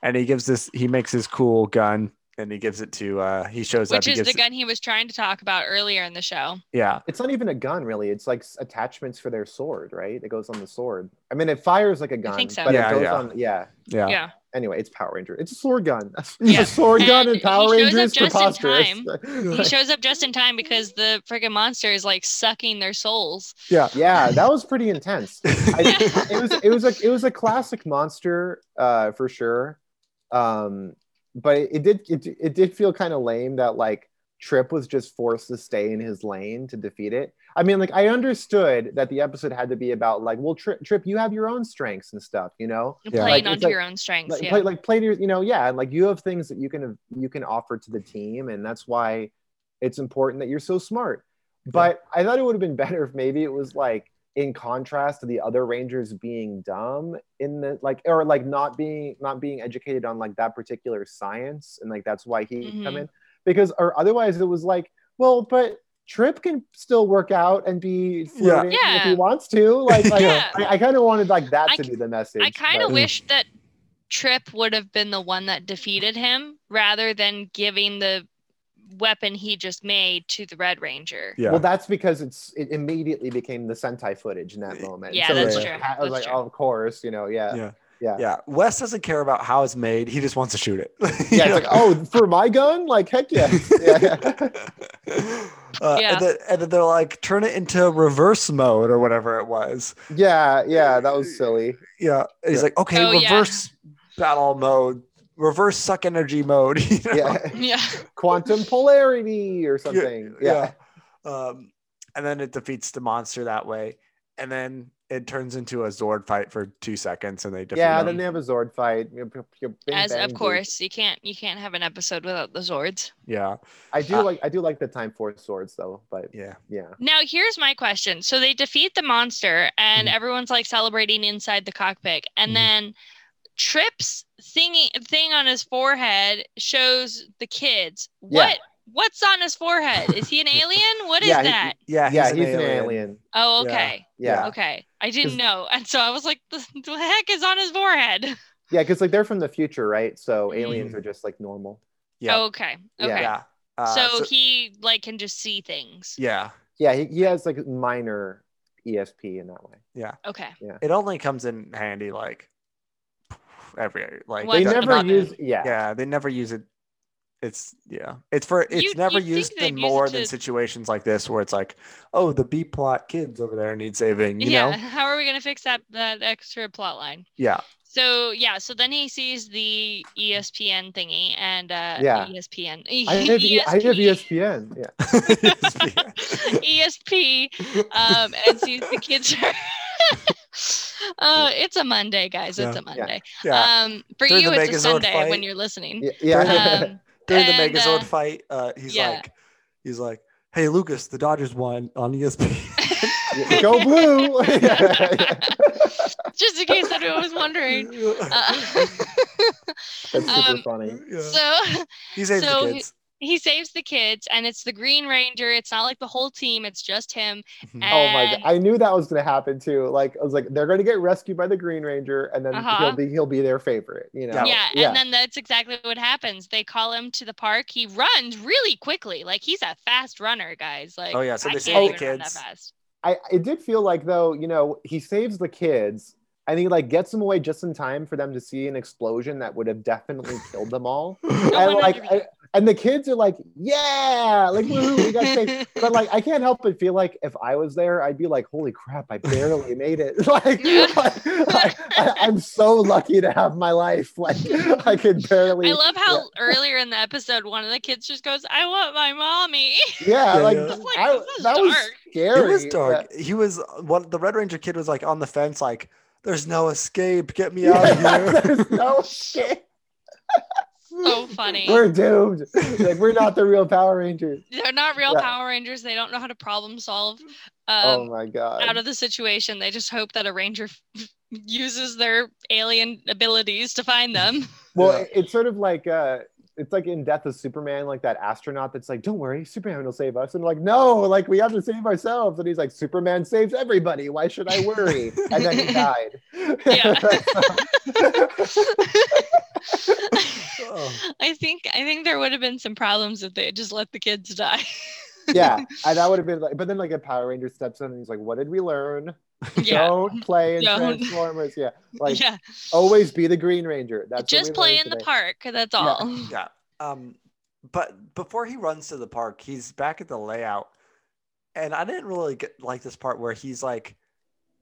and he gives this. He makes his cool gun, and he gives it to. Uh, he shows up. Which he is gives the it- gun he was trying to talk about earlier in the show. yeah, It's not even a gun, really. It's like s- attachments for their sword, right? It goes on the sword. I mean, it fires like a gun, think so. but Yeah, it goes yeah. on. Yeah. yeah, Yeah. Anyway, it's Power Ranger. It's a sword gun. Yeah. a sword gun And and Power he shows up Rangers just in preposterous. He shows up just in time because the friggin' monster is like sucking their souls. yeah, that was pretty intense. I, it was it was a it was a classic monster uh, for sure, um, but it, it did it, it did feel kind of lame that like Trip was just forced to stay in his lane to defeat it. I mean, like I understood that the episode had to be about like, well, Trip, Trip, you have your own strengths and stuff, you know. Yeah. Playing Like, it's onto like- your own strengths. like yeah. play, like play to your, you know yeah and like you have things that you can you can offer to the team and that's why it's important that you're so smart but i thought it would have been better if maybe it was like in contrast to the other rangers being dumb in the like or like not being not being educated on like that particular science and like that's why he come Mhm. in because or otherwise it was like well but Trip can still work out and be Yeah. flirting if Yeah. he wants to. Like, like, Yeah. I, I kind of wanted like that I to c- be the message. I kind but- of wish that Trip would have been the one that defeated him rather than giving the weapon he just made to the Red Ranger. yeah. Well, that's because it's it immediately became the Sentai footage in that moment. Yeah, it that's was like, true. ha- I was That's like, true. oh, of course, you know, Eh, yeah. Yeah. Yeah. yeah. Wes doesn't care about how it's made. He just wants to shoot it. Yeah, it's like, oh, for my gun? Like, heck yeah. yeah. Uh, Yeah. and, then, and then they're like, turn it into reverse mode or whatever it was. yeah, yeah, that was silly. Yeah. And he's Yeah. like, okay, Oh, yeah. reverse battle mode, reverse suck energy mode. you know? Yeah. Yeah. Quantum polarity or something. Yeah. yeah. Um, and then it defeats the monster that way. And then it turns into a Zord fight for two seconds and they defeat Yeah, him. then they have a Zord fight. you know, bing, As bang, of boom. course, you can't you can't have an episode without the Zords. yeah. I do Uh, like I do like the time for swords though, but Yeah. yeah. Now here's my question. So they defeat the monster and Mm-hmm. Mhm. everyone's like celebrating inside the cockpit and Mhm. then Trip's thingy thing on his forehead shows the kids. Yeah. What what's on his forehead? Is he an alien? What is Yeah, he- that? Yeah. yeah, he's an alien. oh, yeah. okay. Yeah. Okay. I Is- didn't know. And so I was like, the, the heck is on his forehead? Yeah, because like they're from the future, right? So Mhm. aliens are just like normal. Yeah. Okay. Yeah. Okay. Yeah. Uh, so, so- he like can just see things. yeah. Yeah, he, he has like minor ESP in that way. Okay. It only comes in handy like every, like, they Once in not- a never not- blue. use yeah. yeah they never use it it's yeah it's for it's You'd- never you'd think used they'd in use more it than to- situations like this where it's like oh the b plot kids over there need saving you yeah. know How are we gonna fix that that extra plot line? yeah So yeah. So then he sees the E ESPN thingy and uh, Yeah. ESPN. I have, E- I have ESPN. Yeah. E ESP E um, and sees the kids are. uh, it's a Monday, guys. It's Yeah. a Monday. yeah Um, for During you, the it's a Megazord Sunday fight. when you're listening. Yeah. yeah. Um, during the and, megazord uh, fight uh he's yeah. like he's like hey lucas the dodgers won on E espn Go blue. Yeah. just in case anyone was wondering. Uh, Oh, That's super Um, funny. Yeah. so he saves so the he- kids he saves the kids, and it's the Green Ranger. It's not like the whole team; it's just him. Oh my god! And- I knew that was gonna happen too. Like I was like, they're gonna get rescued by the Green Ranger, and then Uh-huh. he'll be he'll be their favorite. You know? Yeah. Yeah, and then that's exactly what happens. They call him to the park. He runs really quickly. Like he's a fast runner, guys. Like Oh, yeah, so I they save can't the even run kids. that fast. I it did feel like though, you know, he saves the kids and he like gets them away just in time for them to see an explosion that would have definitely killed them all. and like, 100%. I- and the kids are like, yeah, like woohoo, we got saved. But like, I can't help but feel like if I was there, I'd be like, holy crap, I barely made it. like, like, I, I, I'm so lucky to have my life. Like, I could barely. I love how earlier in the episode, one of the kids just goes, "I want my mommy." Yeah, yeah, like, yeah. It's like, I- this is that was dark. scary. it was but- dark. He was one. The Red Ranger kid was like on the fence, like "There's no escape. Get me out of here." There's no shit. So funny. We're doomed. Like we're not the real Power Rangers. They're not real Yeah. Power Rangers. They don't know how to problem solve oh um, my god. out of the situation. They just hope that a ranger f- uses their alien abilities to find them. well, Yeah. it- it's sort of like uh it's like in Death of Superman, like that astronaut that's like, "Don't worry, Superman will save us." And like, no, like we have to save ourselves. And he's like, "Superman saves everybody. Why should I worry?" And then he died. Oh. I think I think there would have been some problems if they had just let the kids die. yeah, and that would have been like. But then like a Power Ranger steps in and he's like, "What did we learn? yeah. Don't play in Don't. Transformers. Yeah, like yeah. always be the Green Ranger. That's what Just we learned play in the today. park. That's Yeah. all. Yeah. Um, but before he runs to the park, he's back at the layout, and I didn't really get like this part where he's like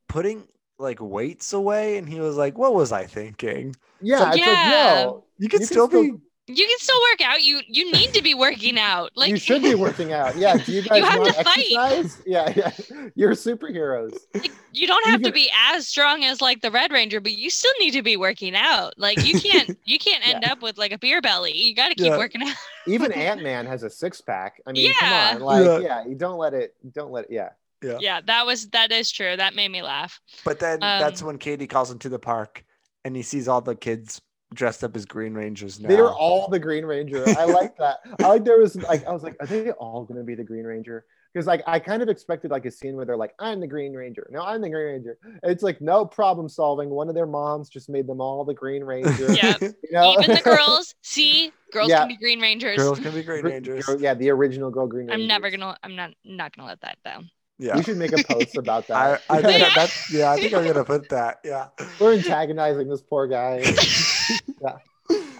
putting like weights away, and he was like, "What was I thinking? Yeah, it's Yeah. like no, You can You can still still- be." You can still work out. You you need to be working out. Like you should be working out. Yeah. Do you guys have want to fight. exercise? Yeah, yeah. You're superheroes. you don't have to Even- be as strong as like the Red Ranger, but you still need to be working out. Like you can't you can't Yeah. end up with like a beer belly. You got to keep Yeah. working out. Even Ant Man has a six pack. I mean, Yeah. come on. Like, Yeah. yeah. you don't let it. Don't let it. Yeah. Yeah. Yeah, that was that is true. That made me laugh. But then that's Um, when Katie calls him to the park, and he sees all the kids dressed up as Green Rangers now. They were all the Green Ranger. I like that. I like there was like I was like, are they all gonna be the Green Ranger? Because like I kind of expected like a scene where they're like, I'm the Green Ranger. No, I'm the Green Ranger. It's like no problem solving. One of their moms just made them all the Green Ranger. Yeah. you know? Even the girls, see, girls Yeah. can be Green Rangers. girls can be Green Gr- Rangers. Yeah, the original girl Green Ranger. I'm never gonna. I'm not not gonna let that down. Yeah. We should make a post about I, that. I think that, Yeah. that's yeah. I think I'm gonna put that. Yeah. We're antagonizing this poor guy. yeah.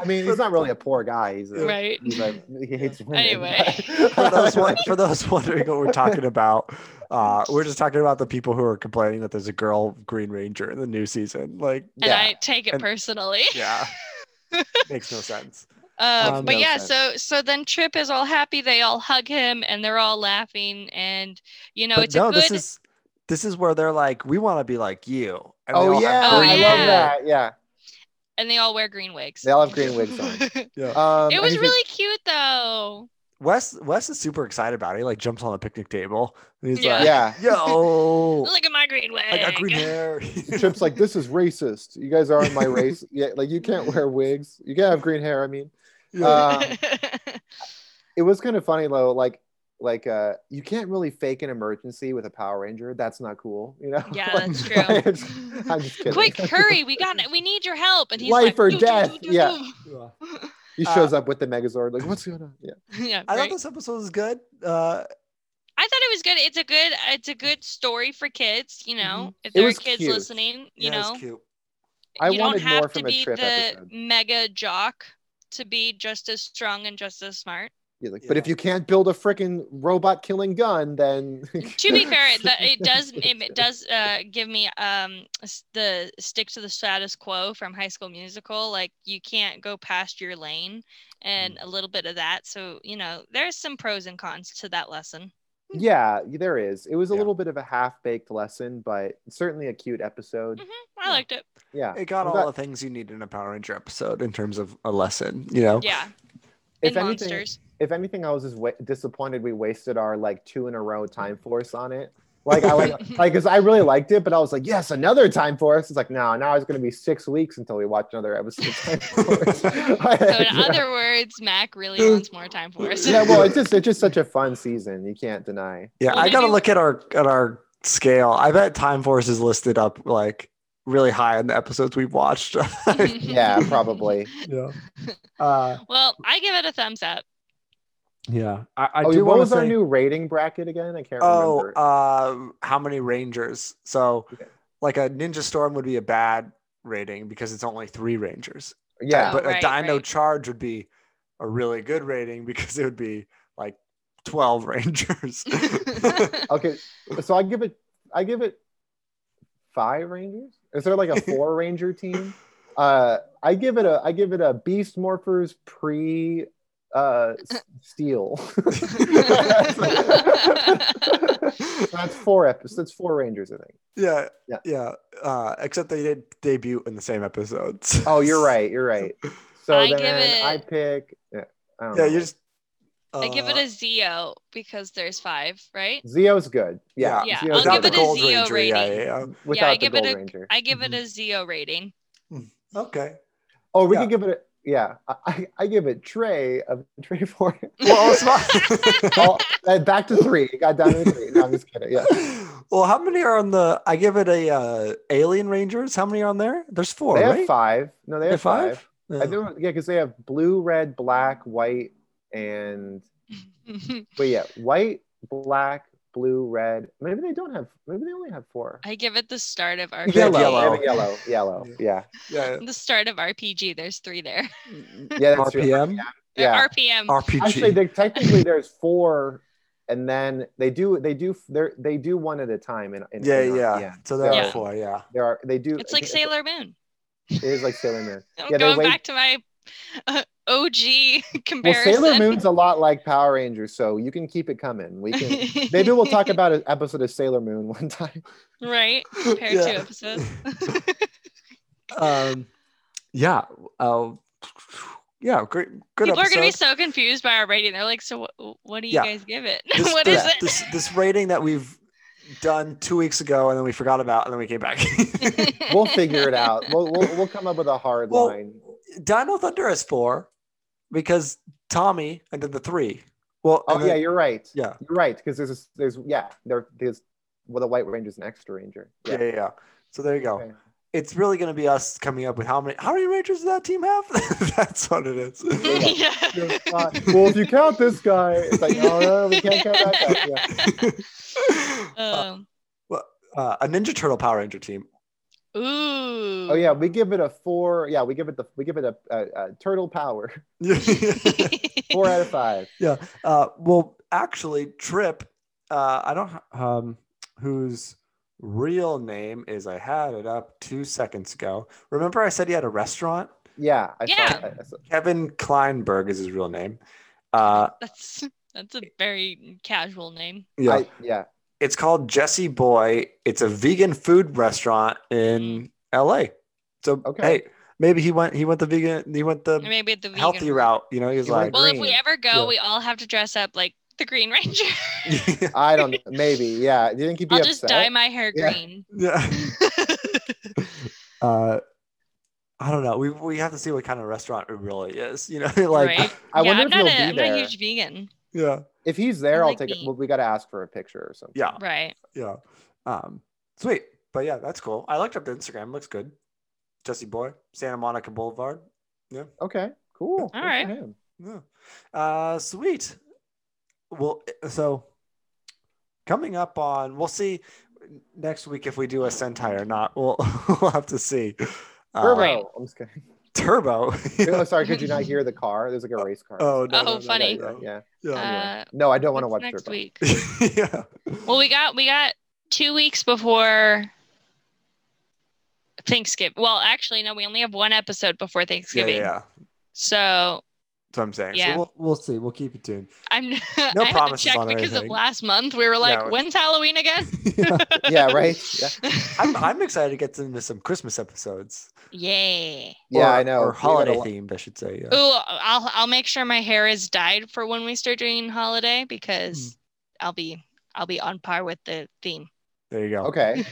I mean, he's not really a poor guy. He's a, Right. he's like, he hates women. Anyway. for those won- for those wondering what we're talking about, uh, we're just talking about the people who are complaining that there's a girl Green Ranger in the new season. Like, And yeah. I take it And- personally. yeah, makes no sense. Um, Um, but Oh, no yeah, sense. so so then Trip is all happy. They all hug him, and they're all laughing. And you know, but it's no, a good. this is this is where they're like, we want to be like you. And they all oh have yeah, Oh, I green love yeah. hair. that. Yeah, and they all wear green wigs. they all have green wigs on. Um, it was anything- really cute though. Wes Wes is super excited about it. He like jumps on the picnic table. And he's Yeah. like, yeah. yo, Look at my green wig. I got green hair. Chip's like, this is racist. You guys aren't my race. Yeah, like you can't wear wigs. You can't have green hair. I mean, Yeah. Uh, it was kind of funny though. Like, like uh, you can't really fake an emergency with a Power Ranger. That's not cool. You know. yeah, Like, that's it's- true. I'm just kidding. Quick, hurry! We got it. We need your help. And he's Life like, or "Doo, doo, death." doo, doo, Yeah. doo. He shows up with the Megazord. Like, what's going on? Yeah. yeah. I right. thought this episode was good. Uh, I thought it was good. It's a good. It's a good story for kids. You know, Mm-hmm. if It there are was kids cute. listening, you yeah, it was know, cute. I you don't wanted have more to from a be Trip the episode. mega jock to be just as strong and just as smart. He's like, but if Yeah. you can't build a freaking robot killing gun, then to be fair, it, it does it, it does uh, give me um s- the stick to the status quo from High School Musical. Like you can't go past your lane, Mm. and a little bit of that. So you know, there's some pros and cons to that lesson. yeah, there is. It was a Yeah. little bit of a half baked lesson, but certainly a cute episode. hmm I Yeah. liked it. Yeah, It got I'm all glad- the things you need in a Power Ranger episode in terms of a lesson, you know? Yeah, If in anything, monsters. if anything, I was just wa- disappointed we wasted our like two in a row time force on it. Like I like like because I really liked it, but I was like, yes, another time force. It's like no, now it's gonna be six weeks until we watch another episode. Of time force. So in other words, Mac really wants more time for us. yeah, well, it's just it's just such a fun season. You can't deny. Yeah, Well, I gotta maybe- look at our at our scale. I bet Time Force is listed up like really high in the episodes we've watched. Mm-hmm. Yeah, probably. yeah. Uh, Well, I give it a thumbs up. yeah. I, I oh, do want what to was our say. new rating bracket again? I can't oh, remember. uh, how many Rangers? So, Okay. like a Ninja Storm would be a bad rating because it's only three Rangers. yeah, Oh. but right, a Dino right. Charge would be a really good rating because it would be like twelve Rangers. okay. So I give it I give it five Rangers. Is there like a four Ranger team? Uh I give it a I give it a Beast Morphers pre uh s- steel. that's four episodes. That's four Rangers, I think. yeah, Yeah. yeah, Uh, except they did debut in the same episodes. Oh, you're right. You're right. So I then give it- I pick yeah, I don't Yeah, know. you just. I give uh, it a Zio because there's five, right? Zio's good. Yeah. Yeah, Zio's I'll without give the it a Gold Zeo Ranger, Yeah, rating. yeah, Without I the give it Gold a- Ranger. Mm-hmm. I give it a Zio rating. yeah. Okay. Oh, we Yeah. can give it a yeah. I, I, I give it Trey of Trey Four. Well, it's not- oh, uh, back to three. It got down to three. No, I'm just kidding. Yeah. well, how many are on the? I give it a uh, Alien Rangers. How many are on there? There's four, They right? have five. No, they They have five. Yeah. I don't, yeah, because they have blue, red, black, white, and but yeah, white, black, blue, red. Maybe they don't have. Maybe they only have four. I give it the start of They have RPG. Yellow. They have yellow, yellow. Yeah, yeah. The start of RPG. There's three there. yeah, that's true. RPM, Yeah, RPM. RPG. actually, they, technically there's four, and then they do they do they they do one at a time. In, in yeah, in yeah, our- So there Yeah. are four. Yeah. There are they do. It's like Sailor Moon. It is like Sailor Moon. I'm Yeah, they going wait- back to my uh, OG Well, comparison. Sailor Moon's a lot like Power Rangers, so you can keep it coming. We can Maybe we'll talk about an episode of Sailor Moon one time. right. Compare two Yeah. episodes. um, yeah. Uh, yeah. Great. Good People are episode. gonna be so confused by our rating. They're like, "So wh- what do you Yeah. guys give it? this, what this, is it?" This, this rating that we've done two weeks ago and then we forgot about and then we came back. We'll figure it out. We'll we'll, we'll come up with a hard Well- line. Dino Thunder has four because Tommy and then the three. Well, Oh and then- yeah, you're right. yeah. You're right because there's this- there's yeah there there's well the White Ranger's an extra ranger. Yeah, yeah, yeah. So there you go. Okay. It's really going to be us coming up with how many how many Rangers does that team have? That's what it is. Yeah, uh, well, if you count this guy, it's like no, no, we can't count that guy. Yeah. Um, Uh, a Ninja Turtle Power Ranger team. ooh. Oh yeah, we give it a four. Yeah, we give it the we give it a, a, a turtle power. Four out of five. uh, well, actually, Trip. Uh, I don't um, whose real name is. I had it up two seconds ago. Remember, I said he had a restaurant. Yeah, I Yeah. Saw, I- I saw- Kevin Kleinberg is his real name. Uh, that's that's a very casual name. yeah, I- yeah. it's called Jesse Boy. It's a vegan food restaurant in L.A. So Okay. hey, maybe he went. He went the vegan. He went the Or maybe the vegan healthy route. route. You know, he was He like, went Well, if we Green. ever go, Yeah. we all have to dress up like the Green Ranger. yeah, I don't know. Maybe. Yeah. Do you think he'd be I'll just upset? dye my hair Yeah. green. yeah. Uh, I don't know. We we have to see what kind of restaurant it really is. You know, like right? I wonder I'm if not he'll a, be I'm not there. a huge vegan. yeah, If he's there, I I'll like take it. meat. Well, we got to ask for a picture or something. yeah, Right. yeah. Um, sweet. But yeah, that's cool. I looked up the Instagram. Looks good. Jesse Boy, Santa Monica Boulevard. Okay. Cool. All Good for right. him. Yeah. Uh, sweet. Well, so coming up on, we'll see next week if we do a Sentai or not. We'll we'll have to see. Uh, Turbo. Right. Oh, I'm just kidding. Turbo. Oh, sorry. Could you not hear the car? There's like a race car. Oh, no, no, Oh, no, yeah, funny. no, no. yeah. Yeah. Uh, No, I don't want to what's watch next Turbo. week. yeah. Well, we got we got two weeks before Thanksgiving. Well, actually, no, we only have one episode yeah, before yeah, Thanksgiving. yeah. So That's what I'm saying. Yeah. So we'll, we'll see. We'll keep you tuned. I'm no No I had to promises check on because anything. of last month we were like, Yeah. when's Halloween again? yeah. Yeah. Right. Yeah. I'm, I'm excited to get into some Christmas episodes. Yay. Yeah. Or- I know. Or We got a holiday lot- themed, I should say. Yeah. Ooh, I'll I'll make sure my hair is dyed Hmm. for when we start doing holiday because I'll be I'll be on par with the theme. There you go. Okay.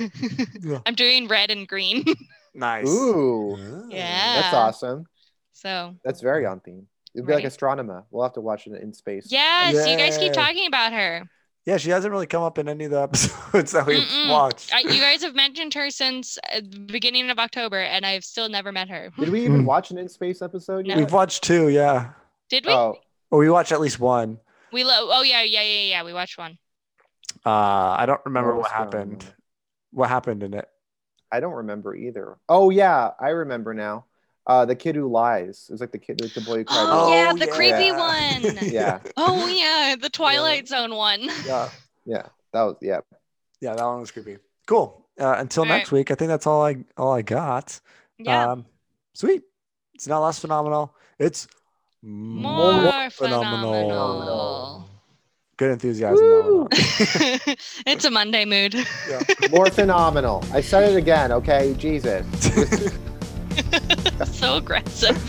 Yeah. I'm doing red and green. Nice. Ooh, Ooh. Yeah. that's awesome. So, That's very on theme. It'd be like Uh, Right. astronomer. We'll have to watch it in space. yes, you guys keep Yeah. talking about her. Yeah, she hasn't really come up in any of the episodes that we've Mm-mm. watched. I, you guys have mentioned her since uh, the beginning of October, and I've still never met her. Did we even Mm. watch an in space episode? No. yet? We've watched two, yeah. Did we? Oh, Or we watched at least one. We lo- Oh yeah, yeah, yeah, yeah. We watched one. Uh, I don't remember what What was going happened. on? What happened in it? I don't remember either. Oh yeah, I remember now. Uh, the kid who lies. It was like the kid, like the boy who cried. Oh, wolf. yeah, the creepy one. yeah, Oh yeah, the Twilight Zone one. yeah. yeah. That was yeah. Yeah, that one was creepy. Cool. Uh, until All next week, I think that's all I all I got. Yeah, Um, sweet. It's not less phenomenal. It's more, more phenomenal. phenomenal. Good enthusiasm. though. Woo! it's a Monday mood. Yeah. More phenomenal. I said it again. Okay, Jesus. so aggressive.